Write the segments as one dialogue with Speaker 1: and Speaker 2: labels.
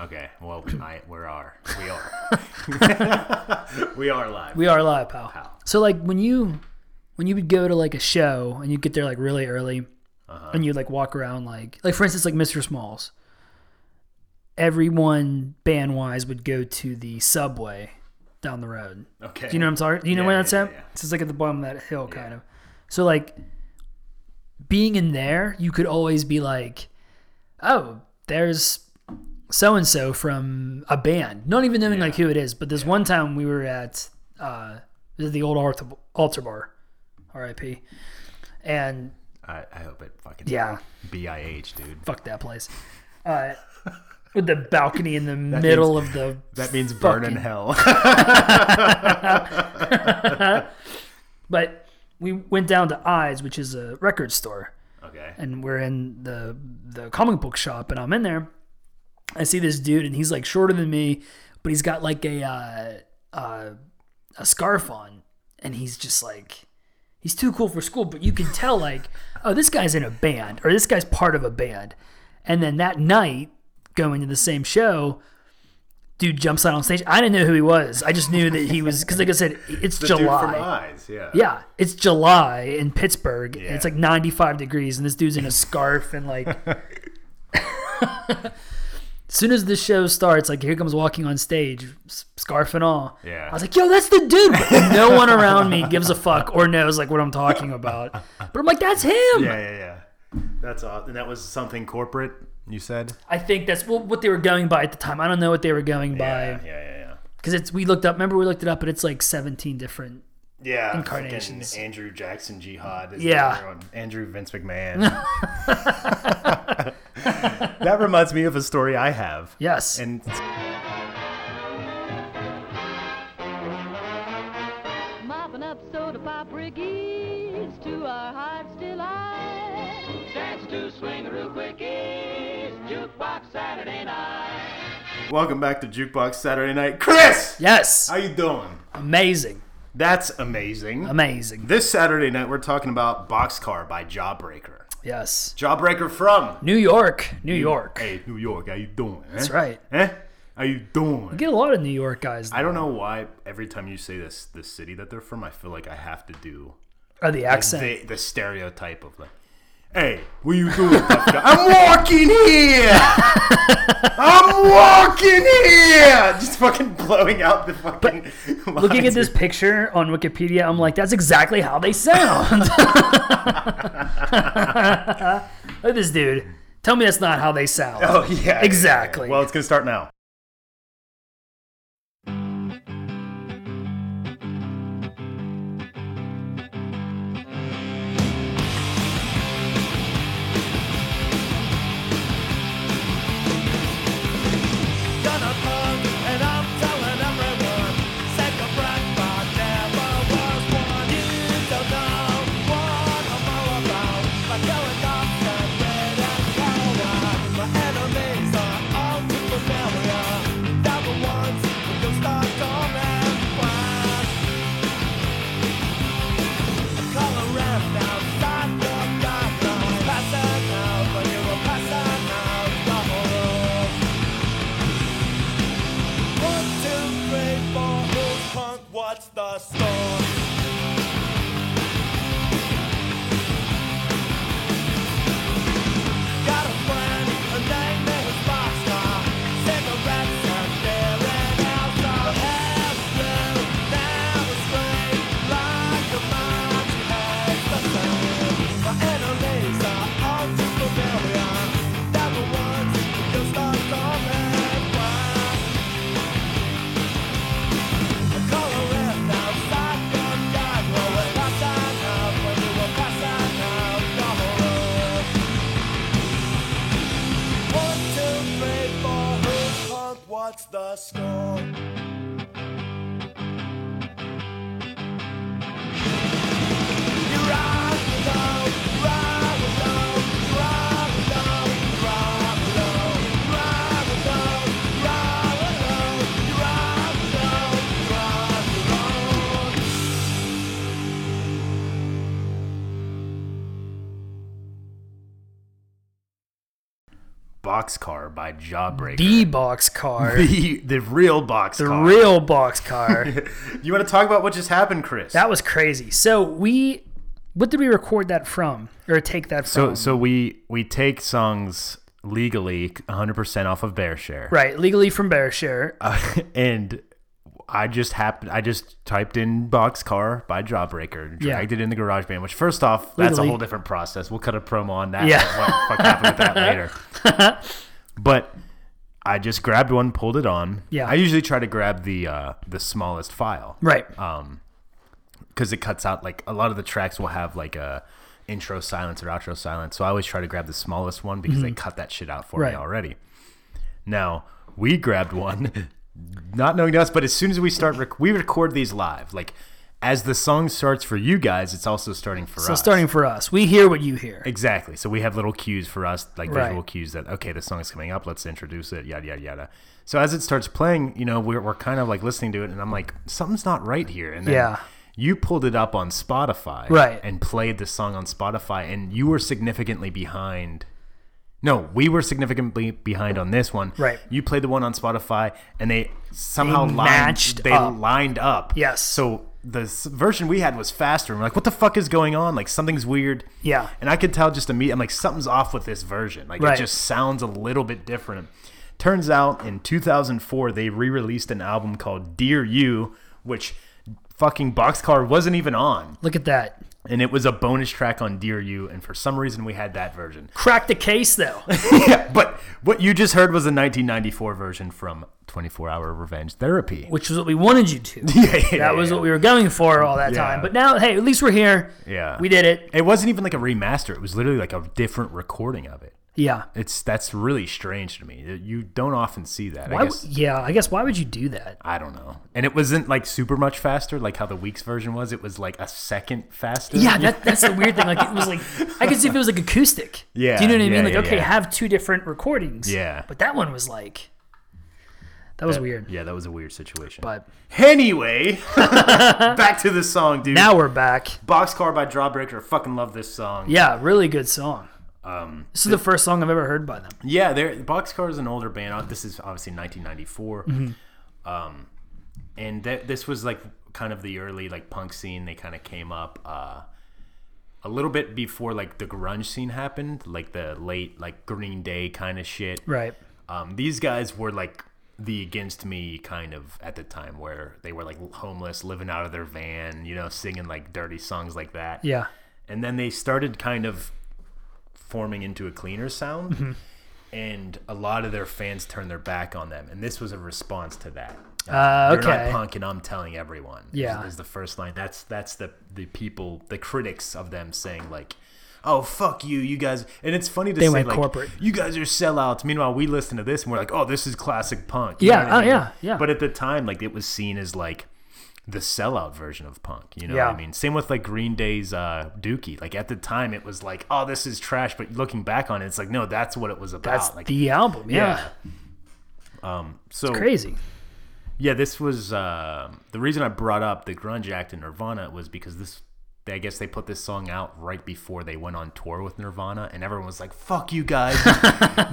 Speaker 1: Okay. Well, I, we are. We are. we are live.
Speaker 2: We are live, pal.
Speaker 1: Pal.
Speaker 2: So like when you when you would go to like a show and you get there like really early
Speaker 1: Uh-huh.
Speaker 2: and you like walk around like like for instance like Mr. Smalls. Everyone band wise would go to the subway down the road.
Speaker 1: okay.
Speaker 2: Do you know what I'm talking? Do you know
Speaker 1: Yeah,
Speaker 2: where that's
Speaker 1: yeah,
Speaker 2: at?
Speaker 1: yeah, yeah.
Speaker 2: It's just like at the bottom of that hill, kind of. So like, being in there, you could always be like, "Oh, there's so and so from a band," not even knowing like who it is. But this one time we were at uh, the old altar, altar bar, R.I.P. And
Speaker 1: I, I hope it fucking
Speaker 2: yeah,
Speaker 1: BIH, dude.
Speaker 2: fuck that place. Uh, with the balcony in the middle of the
Speaker 1: That means burn in
Speaker 2: Fucking-
Speaker 1: hell.
Speaker 2: but we went down to Eyes, which is a record store.
Speaker 1: okay.
Speaker 2: and we're in the the comic book shop and I'm in there. I see this dude and he's like shorter than me, but he's got like a uh, uh, a scarf on and he's just like he's too cool for school, but you can tell like oh this guy's in a band or this guy's part of a band. And then that night going to the same show Dude jumps out on stage. I didn't know who he was. I just knew that he was because, like I said, it's
Speaker 1: The
Speaker 2: July.
Speaker 1: Dude from Eyes. Yeah.
Speaker 2: Yeah, it's July in Pittsburgh. And it's
Speaker 1: Yeah.
Speaker 2: like 95 degrees, and this dude's in a scarf and like. as soon as the show starts, like here comes walking on stage, s- scarf and all.
Speaker 1: Yeah.
Speaker 2: I was like, yo, that's the dude. But no one around me gives a fuck or knows like what I'm talking about. But I'm like, that's him.
Speaker 1: Yeah. Yeah. yeah. That's all. And that was something corporate. You said.
Speaker 2: I think that's what, what they were going by at the time. I don't know what they were going
Speaker 1: Yeah.
Speaker 2: by
Speaker 1: Yeah. Yeah. yeah.
Speaker 2: because it's we looked up. Remember we looked it up, but it's like 17 different.
Speaker 1: Yeah,
Speaker 2: Incarnations.
Speaker 1: fucking Andrew Jackson Jihad. Is
Speaker 2: Yeah.
Speaker 1: the other one. Andrew Vince McMahon. that reminds me of a story I have.
Speaker 2: Yes.
Speaker 1: And
Speaker 3: mopping up soda pop rickies to our hearts' delight. Dance to swing real quickies, jukebox Saturday night.
Speaker 1: welcome back to Jukebox Saturday Night, Chris.
Speaker 2: yes.
Speaker 1: How you doing?
Speaker 2: amazing.
Speaker 1: That's amazing.
Speaker 2: Amazing.
Speaker 1: This Saturday night, we're talking about Boxcar by Jawbreaker.
Speaker 2: Yes.
Speaker 1: Jawbreaker from
Speaker 2: New York. New York.
Speaker 1: Hey New York. How you doing?
Speaker 2: That's right.
Speaker 1: Eh? How you doing?
Speaker 2: get a lot of New York guys.
Speaker 1: I don't know why every time you say this, the city that they're from, I feel like I have to do
Speaker 2: Or the
Speaker 1: the,
Speaker 2: accent.
Speaker 1: the stereotype of like, hey, what you doing? tough guy?" I'm walking here. I'm walking here. Just fucking blowing out the fucking.
Speaker 2: Looking at this picture on Wikipedia, I'm like, that's exactly how they sound. Look at this dude. Tell me that's not how they sound.
Speaker 1: Oh yeah, yeah. yeah.
Speaker 2: Exactly.
Speaker 1: Well, it's gonna start now.
Speaker 4: gonna punk, and I'm telling everyone, second black bar never was one. You don't know what I'm all about. My going off and red and yellow. My enemies are all too familiar. That were once the ghost of Tom and Frank. Color wrapped outside the guidelines. Passing out, but you were passing out the whole one, two, three, four. Who's punk? What's the score? Got a friend, a name is Boxstar. Cigarettes and beer and alcohol. Have blue, now it's grey. Like a mind, she has the same. My enemies are all too familiar. Never once you start calling black. What's the score? You ride alone, ride alone, ride alone, ride alone, ride alone, ride alone, you ride alone, ride alone.
Speaker 1: Boxcar Boxcar by Jawbreaker.
Speaker 2: The box car. The,
Speaker 1: the, the real Boxcar.
Speaker 2: real box car.
Speaker 1: You want to talk about what just happened, Chris?
Speaker 2: that was crazy. So we, what did we record that from or take that
Speaker 1: so
Speaker 2: from?
Speaker 1: so we we take songs legally 100% off of Bear Share.
Speaker 2: right, legally from BearShare.
Speaker 1: and I just happened. I just typed in "boxcar" by Jawbreaker, and
Speaker 2: Yeah.
Speaker 1: dragged it in the garage band. Which, first off, that's a
Speaker 2: Literally.
Speaker 1: whole different process. We'll cut a promo on that.
Speaker 2: Yeah.
Speaker 1: What the fuck happened with that later? But I just grabbed one, pulled it on.
Speaker 2: Yeah.
Speaker 1: I usually try to grab the uh, the smallest file
Speaker 2: right.
Speaker 1: Uh, because it cuts out like a lot of the tracks will have like a intro silence or outro silence. So I always try to grab the smallest one because they cut that shit out for
Speaker 2: Mm-hmm. Right.
Speaker 1: me already. Now we grabbed one, not knowing us, but as soon as we start, rec- we record these live. Like as the song starts for you guys, it's also starting for
Speaker 2: so
Speaker 1: us.
Speaker 2: starting for us, we hear what you hear.
Speaker 1: Exactly. So we have little cues for us, like
Speaker 2: Right.
Speaker 1: visual cues that okay, the song is coming up. Let's introduce it. Yada yada yada. So as it starts playing, you know, we're we're kind of like listening to it, and I'm like, something's not right here. And then
Speaker 2: Yeah.
Speaker 1: you pulled it up on Spotify,
Speaker 2: Right.
Speaker 1: and played the song on Spotify, and you were significantly behind. No, we were significantly behind on this one.
Speaker 2: Right.
Speaker 1: You played the one on Spotify, and they somehow lined,
Speaker 2: matched
Speaker 1: they
Speaker 2: up.
Speaker 1: lined up.
Speaker 2: Yes.
Speaker 1: So the s- version we had was faster. And we're like, what the fuck is going on? Like something's weird.
Speaker 2: Yeah.
Speaker 1: And I could tell just immediately, I'm like, something's off with this version. Like,
Speaker 2: Right.
Speaker 1: it just sounds a little bit different. Turns out in 2004, they re released an album called Dear You, which fucking Boxcar wasn't even on.
Speaker 2: Look at that.
Speaker 1: And it was a bonus track on Dear You. And for some reason, we had that version.
Speaker 2: Crack the case though.
Speaker 1: yeah. But what you just heard was a 1994 version from 24 Hour Revenge Therapy.
Speaker 2: which was what we wanted you to. that was what we were going for all that
Speaker 1: Yeah.
Speaker 2: time. But now, hey, at least we're here.
Speaker 1: Yeah.
Speaker 2: We did it.
Speaker 1: It wasn't even like a remaster. It was literally like a different recording of it.
Speaker 2: Yeah.
Speaker 1: It's that's really strange to me. You don't often see that.
Speaker 2: Why
Speaker 1: I
Speaker 2: w
Speaker 1: guess
Speaker 2: yeah, I guess why would you do that?
Speaker 1: I don't know. And it wasn't like super much faster, like how the week's version was. It was like a second faster.
Speaker 2: Yeah, that, that's the weird thing. Like it was like I could see if it was like acoustic.
Speaker 1: Yeah,
Speaker 2: Do you know what I
Speaker 1: yeah,
Speaker 2: mean? Like
Speaker 1: yeah,
Speaker 2: okay,
Speaker 1: yeah.
Speaker 2: have two different recordings.
Speaker 1: Yeah.
Speaker 2: But that one was like that was weird.
Speaker 1: Yeah, that was a weird situation.
Speaker 2: But
Speaker 1: anyway, back to the song, dude.
Speaker 2: now we're back.
Speaker 1: Boxcar by Drawbreaker. Fucking love this song.
Speaker 2: Yeah, really good song. Um, this is the first song I've ever heard by them.
Speaker 1: Yeah, they're Boxcar is an older band. Uh, This is obviously 1994, um, and that this was like kind of the early like punk scene. They kind of came up uh, a little bit before like the grunge scene happened, like the late like Green Day kind of shit.
Speaker 2: Right.
Speaker 1: Um, these guys were like the against me kind of at the time where they were like homeless, living out of their van, you know, singing like dirty songs like that
Speaker 2: Yeah.
Speaker 1: and then they started kind of forming into a cleaner sound
Speaker 2: Mm-hmm.
Speaker 1: and a lot of their fans turned their back on them and this was a response to that
Speaker 2: Uh,
Speaker 1: you're not
Speaker 2: okay.
Speaker 1: punk and i'm telling everyone is-
Speaker 2: Yeah.
Speaker 1: is, the first line that's that's the the people the critics of them saying like Oh fuck you, you guys! And it's funny to
Speaker 2: They
Speaker 1: say
Speaker 2: went
Speaker 1: like
Speaker 2: corporate.
Speaker 1: you guys are sellouts. Meanwhile, we listen to this and we're like, oh, this is classic punk. You
Speaker 2: Yeah,
Speaker 1: know what I
Speaker 2: oh,
Speaker 1: mean?
Speaker 2: yeah, yeah.
Speaker 1: But at the time, like it was seen as like the sellout version of punk. You know what
Speaker 2: Yeah.
Speaker 1: I mean? Same with like Green Day's uh, Dookie. Like at the time, it was like, oh, this is trash. But looking back on it, it's like, no, that's what it was about.
Speaker 2: That's
Speaker 1: like,
Speaker 2: the album. Yeah.
Speaker 1: so
Speaker 2: Crazy.
Speaker 1: yeah, this was uh, the reason I brought up the Grunge Act in Nirvana was because this. I guess they put this song out right before they went on tour with Nirvana, and everyone was like, "Fuck you guys,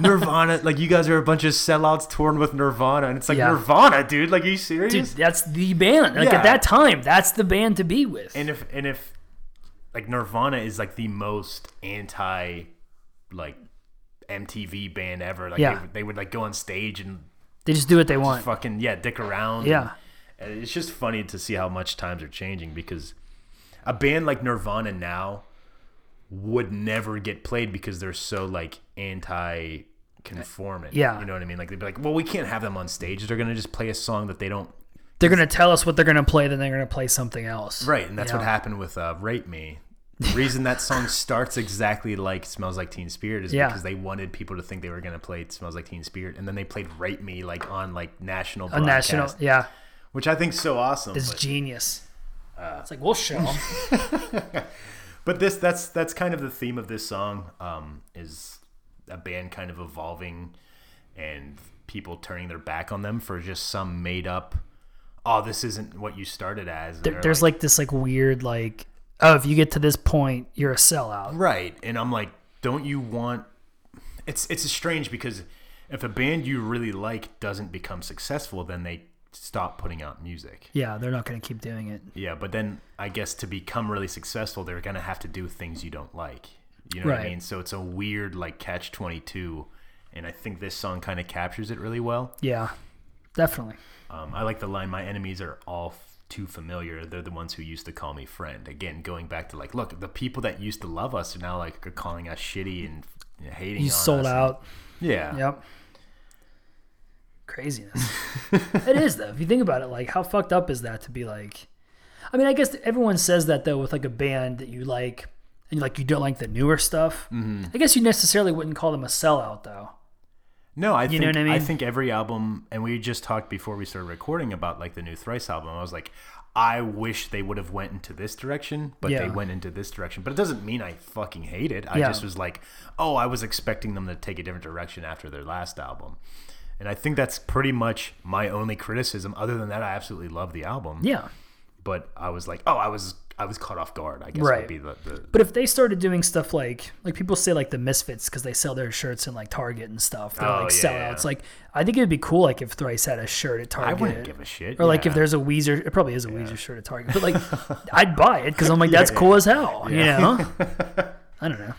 Speaker 1: Nirvana! Like you guys are a bunch of sellouts touring with Nirvana." And it's like
Speaker 2: Yeah.
Speaker 1: Nirvana, dude. Like, are you serious?
Speaker 2: Dude, that's the band. Like
Speaker 1: Yeah.
Speaker 2: at that time, that's the band to be with.
Speaker 1: and if and if like Nirvana is like the most anti like MTV band ever. Like
Speaker 2: Yeah.
Speaker 1: they, would- they would like go on stage and
Speaker 2: They just do what they want.
Speaker 1: fucking yeah, dick around.
Speaker 2: Yeah.
Speaker 1: And it's just funny to see how much times are changing because a band like Nirvana now would never get played because they're so like anti conformant.
Speaker 2: Yeah.
Speaker 1: You know what I mean? Like they'd be like, Well, we can't have them on stage. They're gonna just play a song that they don't
Speaker 2: They're gonna tell us what they're gonna play, then they're gonna play something else.
Speaker 1: Right, and that's
Speaker 2: Yeah.
Speaker 1: what happened with uh, "Rape Me." The reason that song starts exactly like "Smells Like Teen Spirit" is
Speaker 2: Yeah.
Speaker 1: because they wanted people to think they were gonna play "Smells Like Teen Spirit," and then they played "Rape Me" like on like national
Speaker 2: A
Speaker 1: broadcast,
Speaker 2: national, yeah,
Speaker 1: which I think is so awesome.
Speaker 2: it's
Speaker 1: but,
Speaker 2: genius. it's like we'll show 'em.
Speaker 1: but this that's that's kind of the theme of this song um, is a band kind of evolving and people turning their back on them for just some made up. Oh, this isn't what you started as. and they're
Speaker 2: There's like this like weird like, oh, if you get to this point, you're a sellout.
Speaker 1: Right. And I'm like, don't you want it's it's strange because if a band you really like doesn't become successful, then they stop putting out music.
Speaker 2: Yeah, they're not going to keep doing it.
Speaker 1: Yeah, but then I guess to become really successful, they're gonna have to do things you don't like. You know what I
Speaker 2: Right.
Speaker 1: mean? So it's a weird like catch twenty two, and I think this song kind of captures it really well.
Speaker 2: Yeah, definitely.
Speaker 1: Um, I like the line, "My enemies are all f- too familiar. They're the ones who used to call me friend." Again, going back to like, look, the people that used to love us are now like are calling us shitty and f- hating.
Speaker 2: You
Speaker 1: on
Speaker 2: sold
Speaker 1: us.
Speaker 2: out.
Speaker 1: Yeah.
Speaker 2: Yep. Craziness. it is though. If you think about it, like how fucked up is that to be like? I mean, I guess everyone says that though with like a band that you like, and like you don't like the newer stuff. I guess you necessarily wouldn't call them a sellout though.
Speaker 1: No, I
Speaker 2: You
Speaker 1: think
Speaker 2: know what I
Speaker 1: I,
Speaker 2: mean?
Speaker 1: think every album, and we just talked before we started recording about like the new Thrice album. I was like, I wish they would have went into this direction, but they
Speaker 2: Yeah.
Speaker 1: went into this direction. But it doesn't mean I fucking hate it. I
Speaker 2: Yeah.
Speaker 1: just was like, oh, I was expecting them to take a different direction after their last album. And I think that's pretty much my only criticism. Other than that, I absolutely love the album.
Speaker 2: Yeah.
Speaker 1: But I was like, oh, I was I was caught off guard. I guess
Speaker 2: Right.
Speaker 1: would be the, the
Speaker 2: But if they started doing stuff like like people say like the Misfits because they sell their shirts in like Target and stuff, they're
Speaker 1: Oh,
Speaker 2: like
Speaker 1: yeah.
Speaker 2: sellouts. Like I think it'd be cool like if Thrice had a shirt at Target.
Speaker 1: I wouldn't give a shit.
Speaker 2: Or like if
Speaker 1: Yeah.
Speaker 2: there's a Weezer, it probably is a Weezer shirt at Target, but like I'd buy it because I'm like that's cool as hell, you know. I don't know.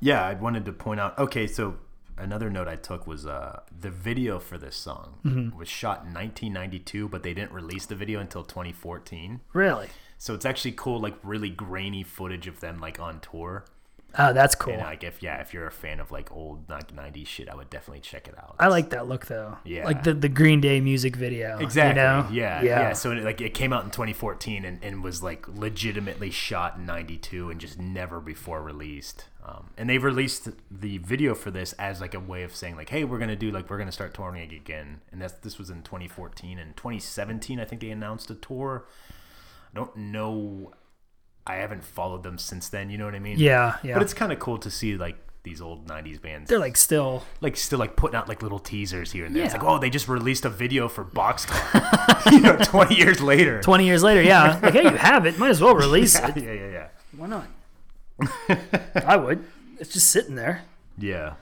Speaker 1: Yeah, I wanted to point out. Okay, so another note I took was uh, the video for this song was shot in 1992, but they didn't release the video until 2014.
Speaker 2: Really?
Speaker 1: So it's actually cool, like really grainy footage of them like on tour.
Speaker 2: Oh, that's cool.
Speaker 1: And like if yeah, if you're a fan of like old like 90s shit, I would definitely check it out.
Speaker 2: I like that look though.
Speaker 1: Yeah.
Speaker 2: Like the, the Green Day music video.
Speaker 1: Exactly.
Speaker 2: You know?
Speaker 1: Yeah, yeah.
Speaker 2: Yeah.
Speaker 1: So it, like it came out in 2014 and, and was like legitimately shot in 92 and just never before released. Um, and they've released the video for this as like a way of saying like, hey, we're gonna do like we're gonna start touring again. And that's this was in 2014 and 2017. I think they announced a tour. I don't know. I haven't followed them since then. You know what I mean?
Speaker 2: yeah. yeah.
Speaker 1: But it's kind of cool to see like these old 90s bands
Speaker 2: they're like still.
Speaker 1: like still like putting out like little teasers here and there. It's
Speaker 2: Yeah.
Speaker 1: like, oh, they just released a video for Boxcar, you know, twenty years later.
Speaker 2: 20 years later, yeah. Like, hey, you have it. Might as well release
Speaker 1: yeah,
Speaker 2: it.
Speaker 1: yeah, yeah, yeah.
Speaker 2: Why not? I would. It's just sitting there.
Speaker 1: Yeah.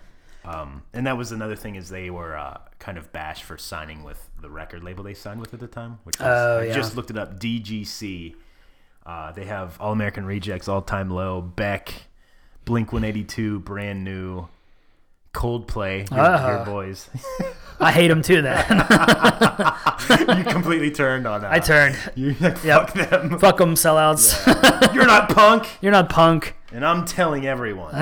Speaker 1: Um, and that was another thing is they were uh, kind of bashed for signing with the record label they signed with at the time, which was,
Speaker 2: Oh,
Speaker 1: I
Speaker 2: yeah.
Speaker 1: just looked it up. DGC. Uh, they have All American Rejects, All Time Low, Beck, Blink One Eighty Two, Brand New, Coldplay, your,
Speaker 2: Ah.
Speaker 1: your boys.
Speaker 2: I hate them too. Then
Speaker 1: you completely turned on that.
Speaker 2: I turned.
Speaker 1: You like
Speaker 2: Yep.
Speaker 1: fuck them.
Speaker 2: Fuck them, sellouts.
Speaker 1: You're not punk.
Speaker 2: You're not punk.
Speaker 1: And I'm telling everyone.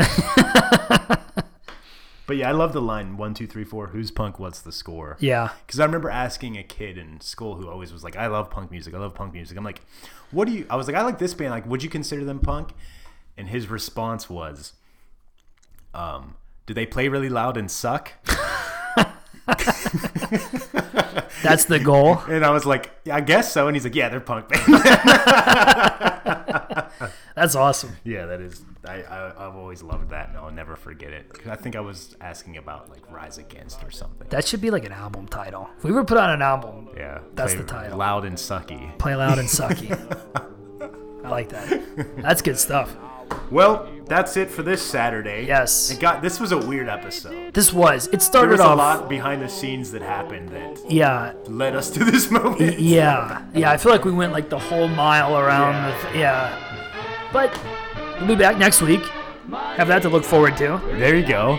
Speaker 1: but yeah, I love the line one, two, three, four. Who's punk? What's the score?
Speaker 2: Yeah.
Speaker 1: Because I remember asking a kid in school who always was like, "I love punk music. I love punk music." I'm like, "What do you?" I was like, "I like this band. Like, would you consider them punk?" And his response was, um, "Do they play really loud and suck?"
Speaker 2: That's the goal.
Speaker 1: And I was like, "Yeah, I guess so." And he's like, "Yeah, they're punk band."
Speaker 2: That's awesome.
Speaker 1: yeah, that is. I, I I've always loved that, and I'll never forget it. 'Cause I think I was asking about like Rise Against or something.
Speaker 2: That should be like an album title. If we were to put out an album,
Speaker 1: Yeah,
Speaker 2: That's
Speaker 1: play
Speaker 2: the title.
Speaker 1: Loud and sucky.
Speaker 2: play loud and sucky. I like that. That's good stuff.
Speaker 1: Well, that's it for this Saturday.
Speaker 2: Yes.
Speaker 1: It got this was a weird episode.
Speaker 2: This was. It
Speaker 1: There
Speaker 2: started
Speaker 1: was a
Speaker 2: off.
Speaker 1: lot behind the scenes that happened that
Speaker 2: Yeah,
Speaker 1: led us to this moment.
Speaker 2: yeah, yeah. I feel like we went like the whole mile around.
Speaker 1: Yeah.
Speaker 2: Yeah. With, yeah. But we'll be back next week. Have that to look forward to.
Speaker 1: There you go.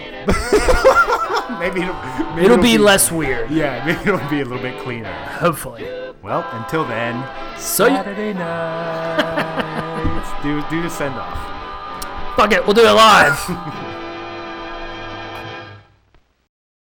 Speaker 1: maybe it'll, maybe
Speaker 2: It'll be less weird,
Speaker 1: Yeah, maybe it'll be a little bit cleaner.
Speaker 2: hopefully.
Speaker 1: Well, until then,
Speaker 2: So you,
Speaker 1: Saturday night. do do the send off.
Speaker 2: fuck it. We'll do it live.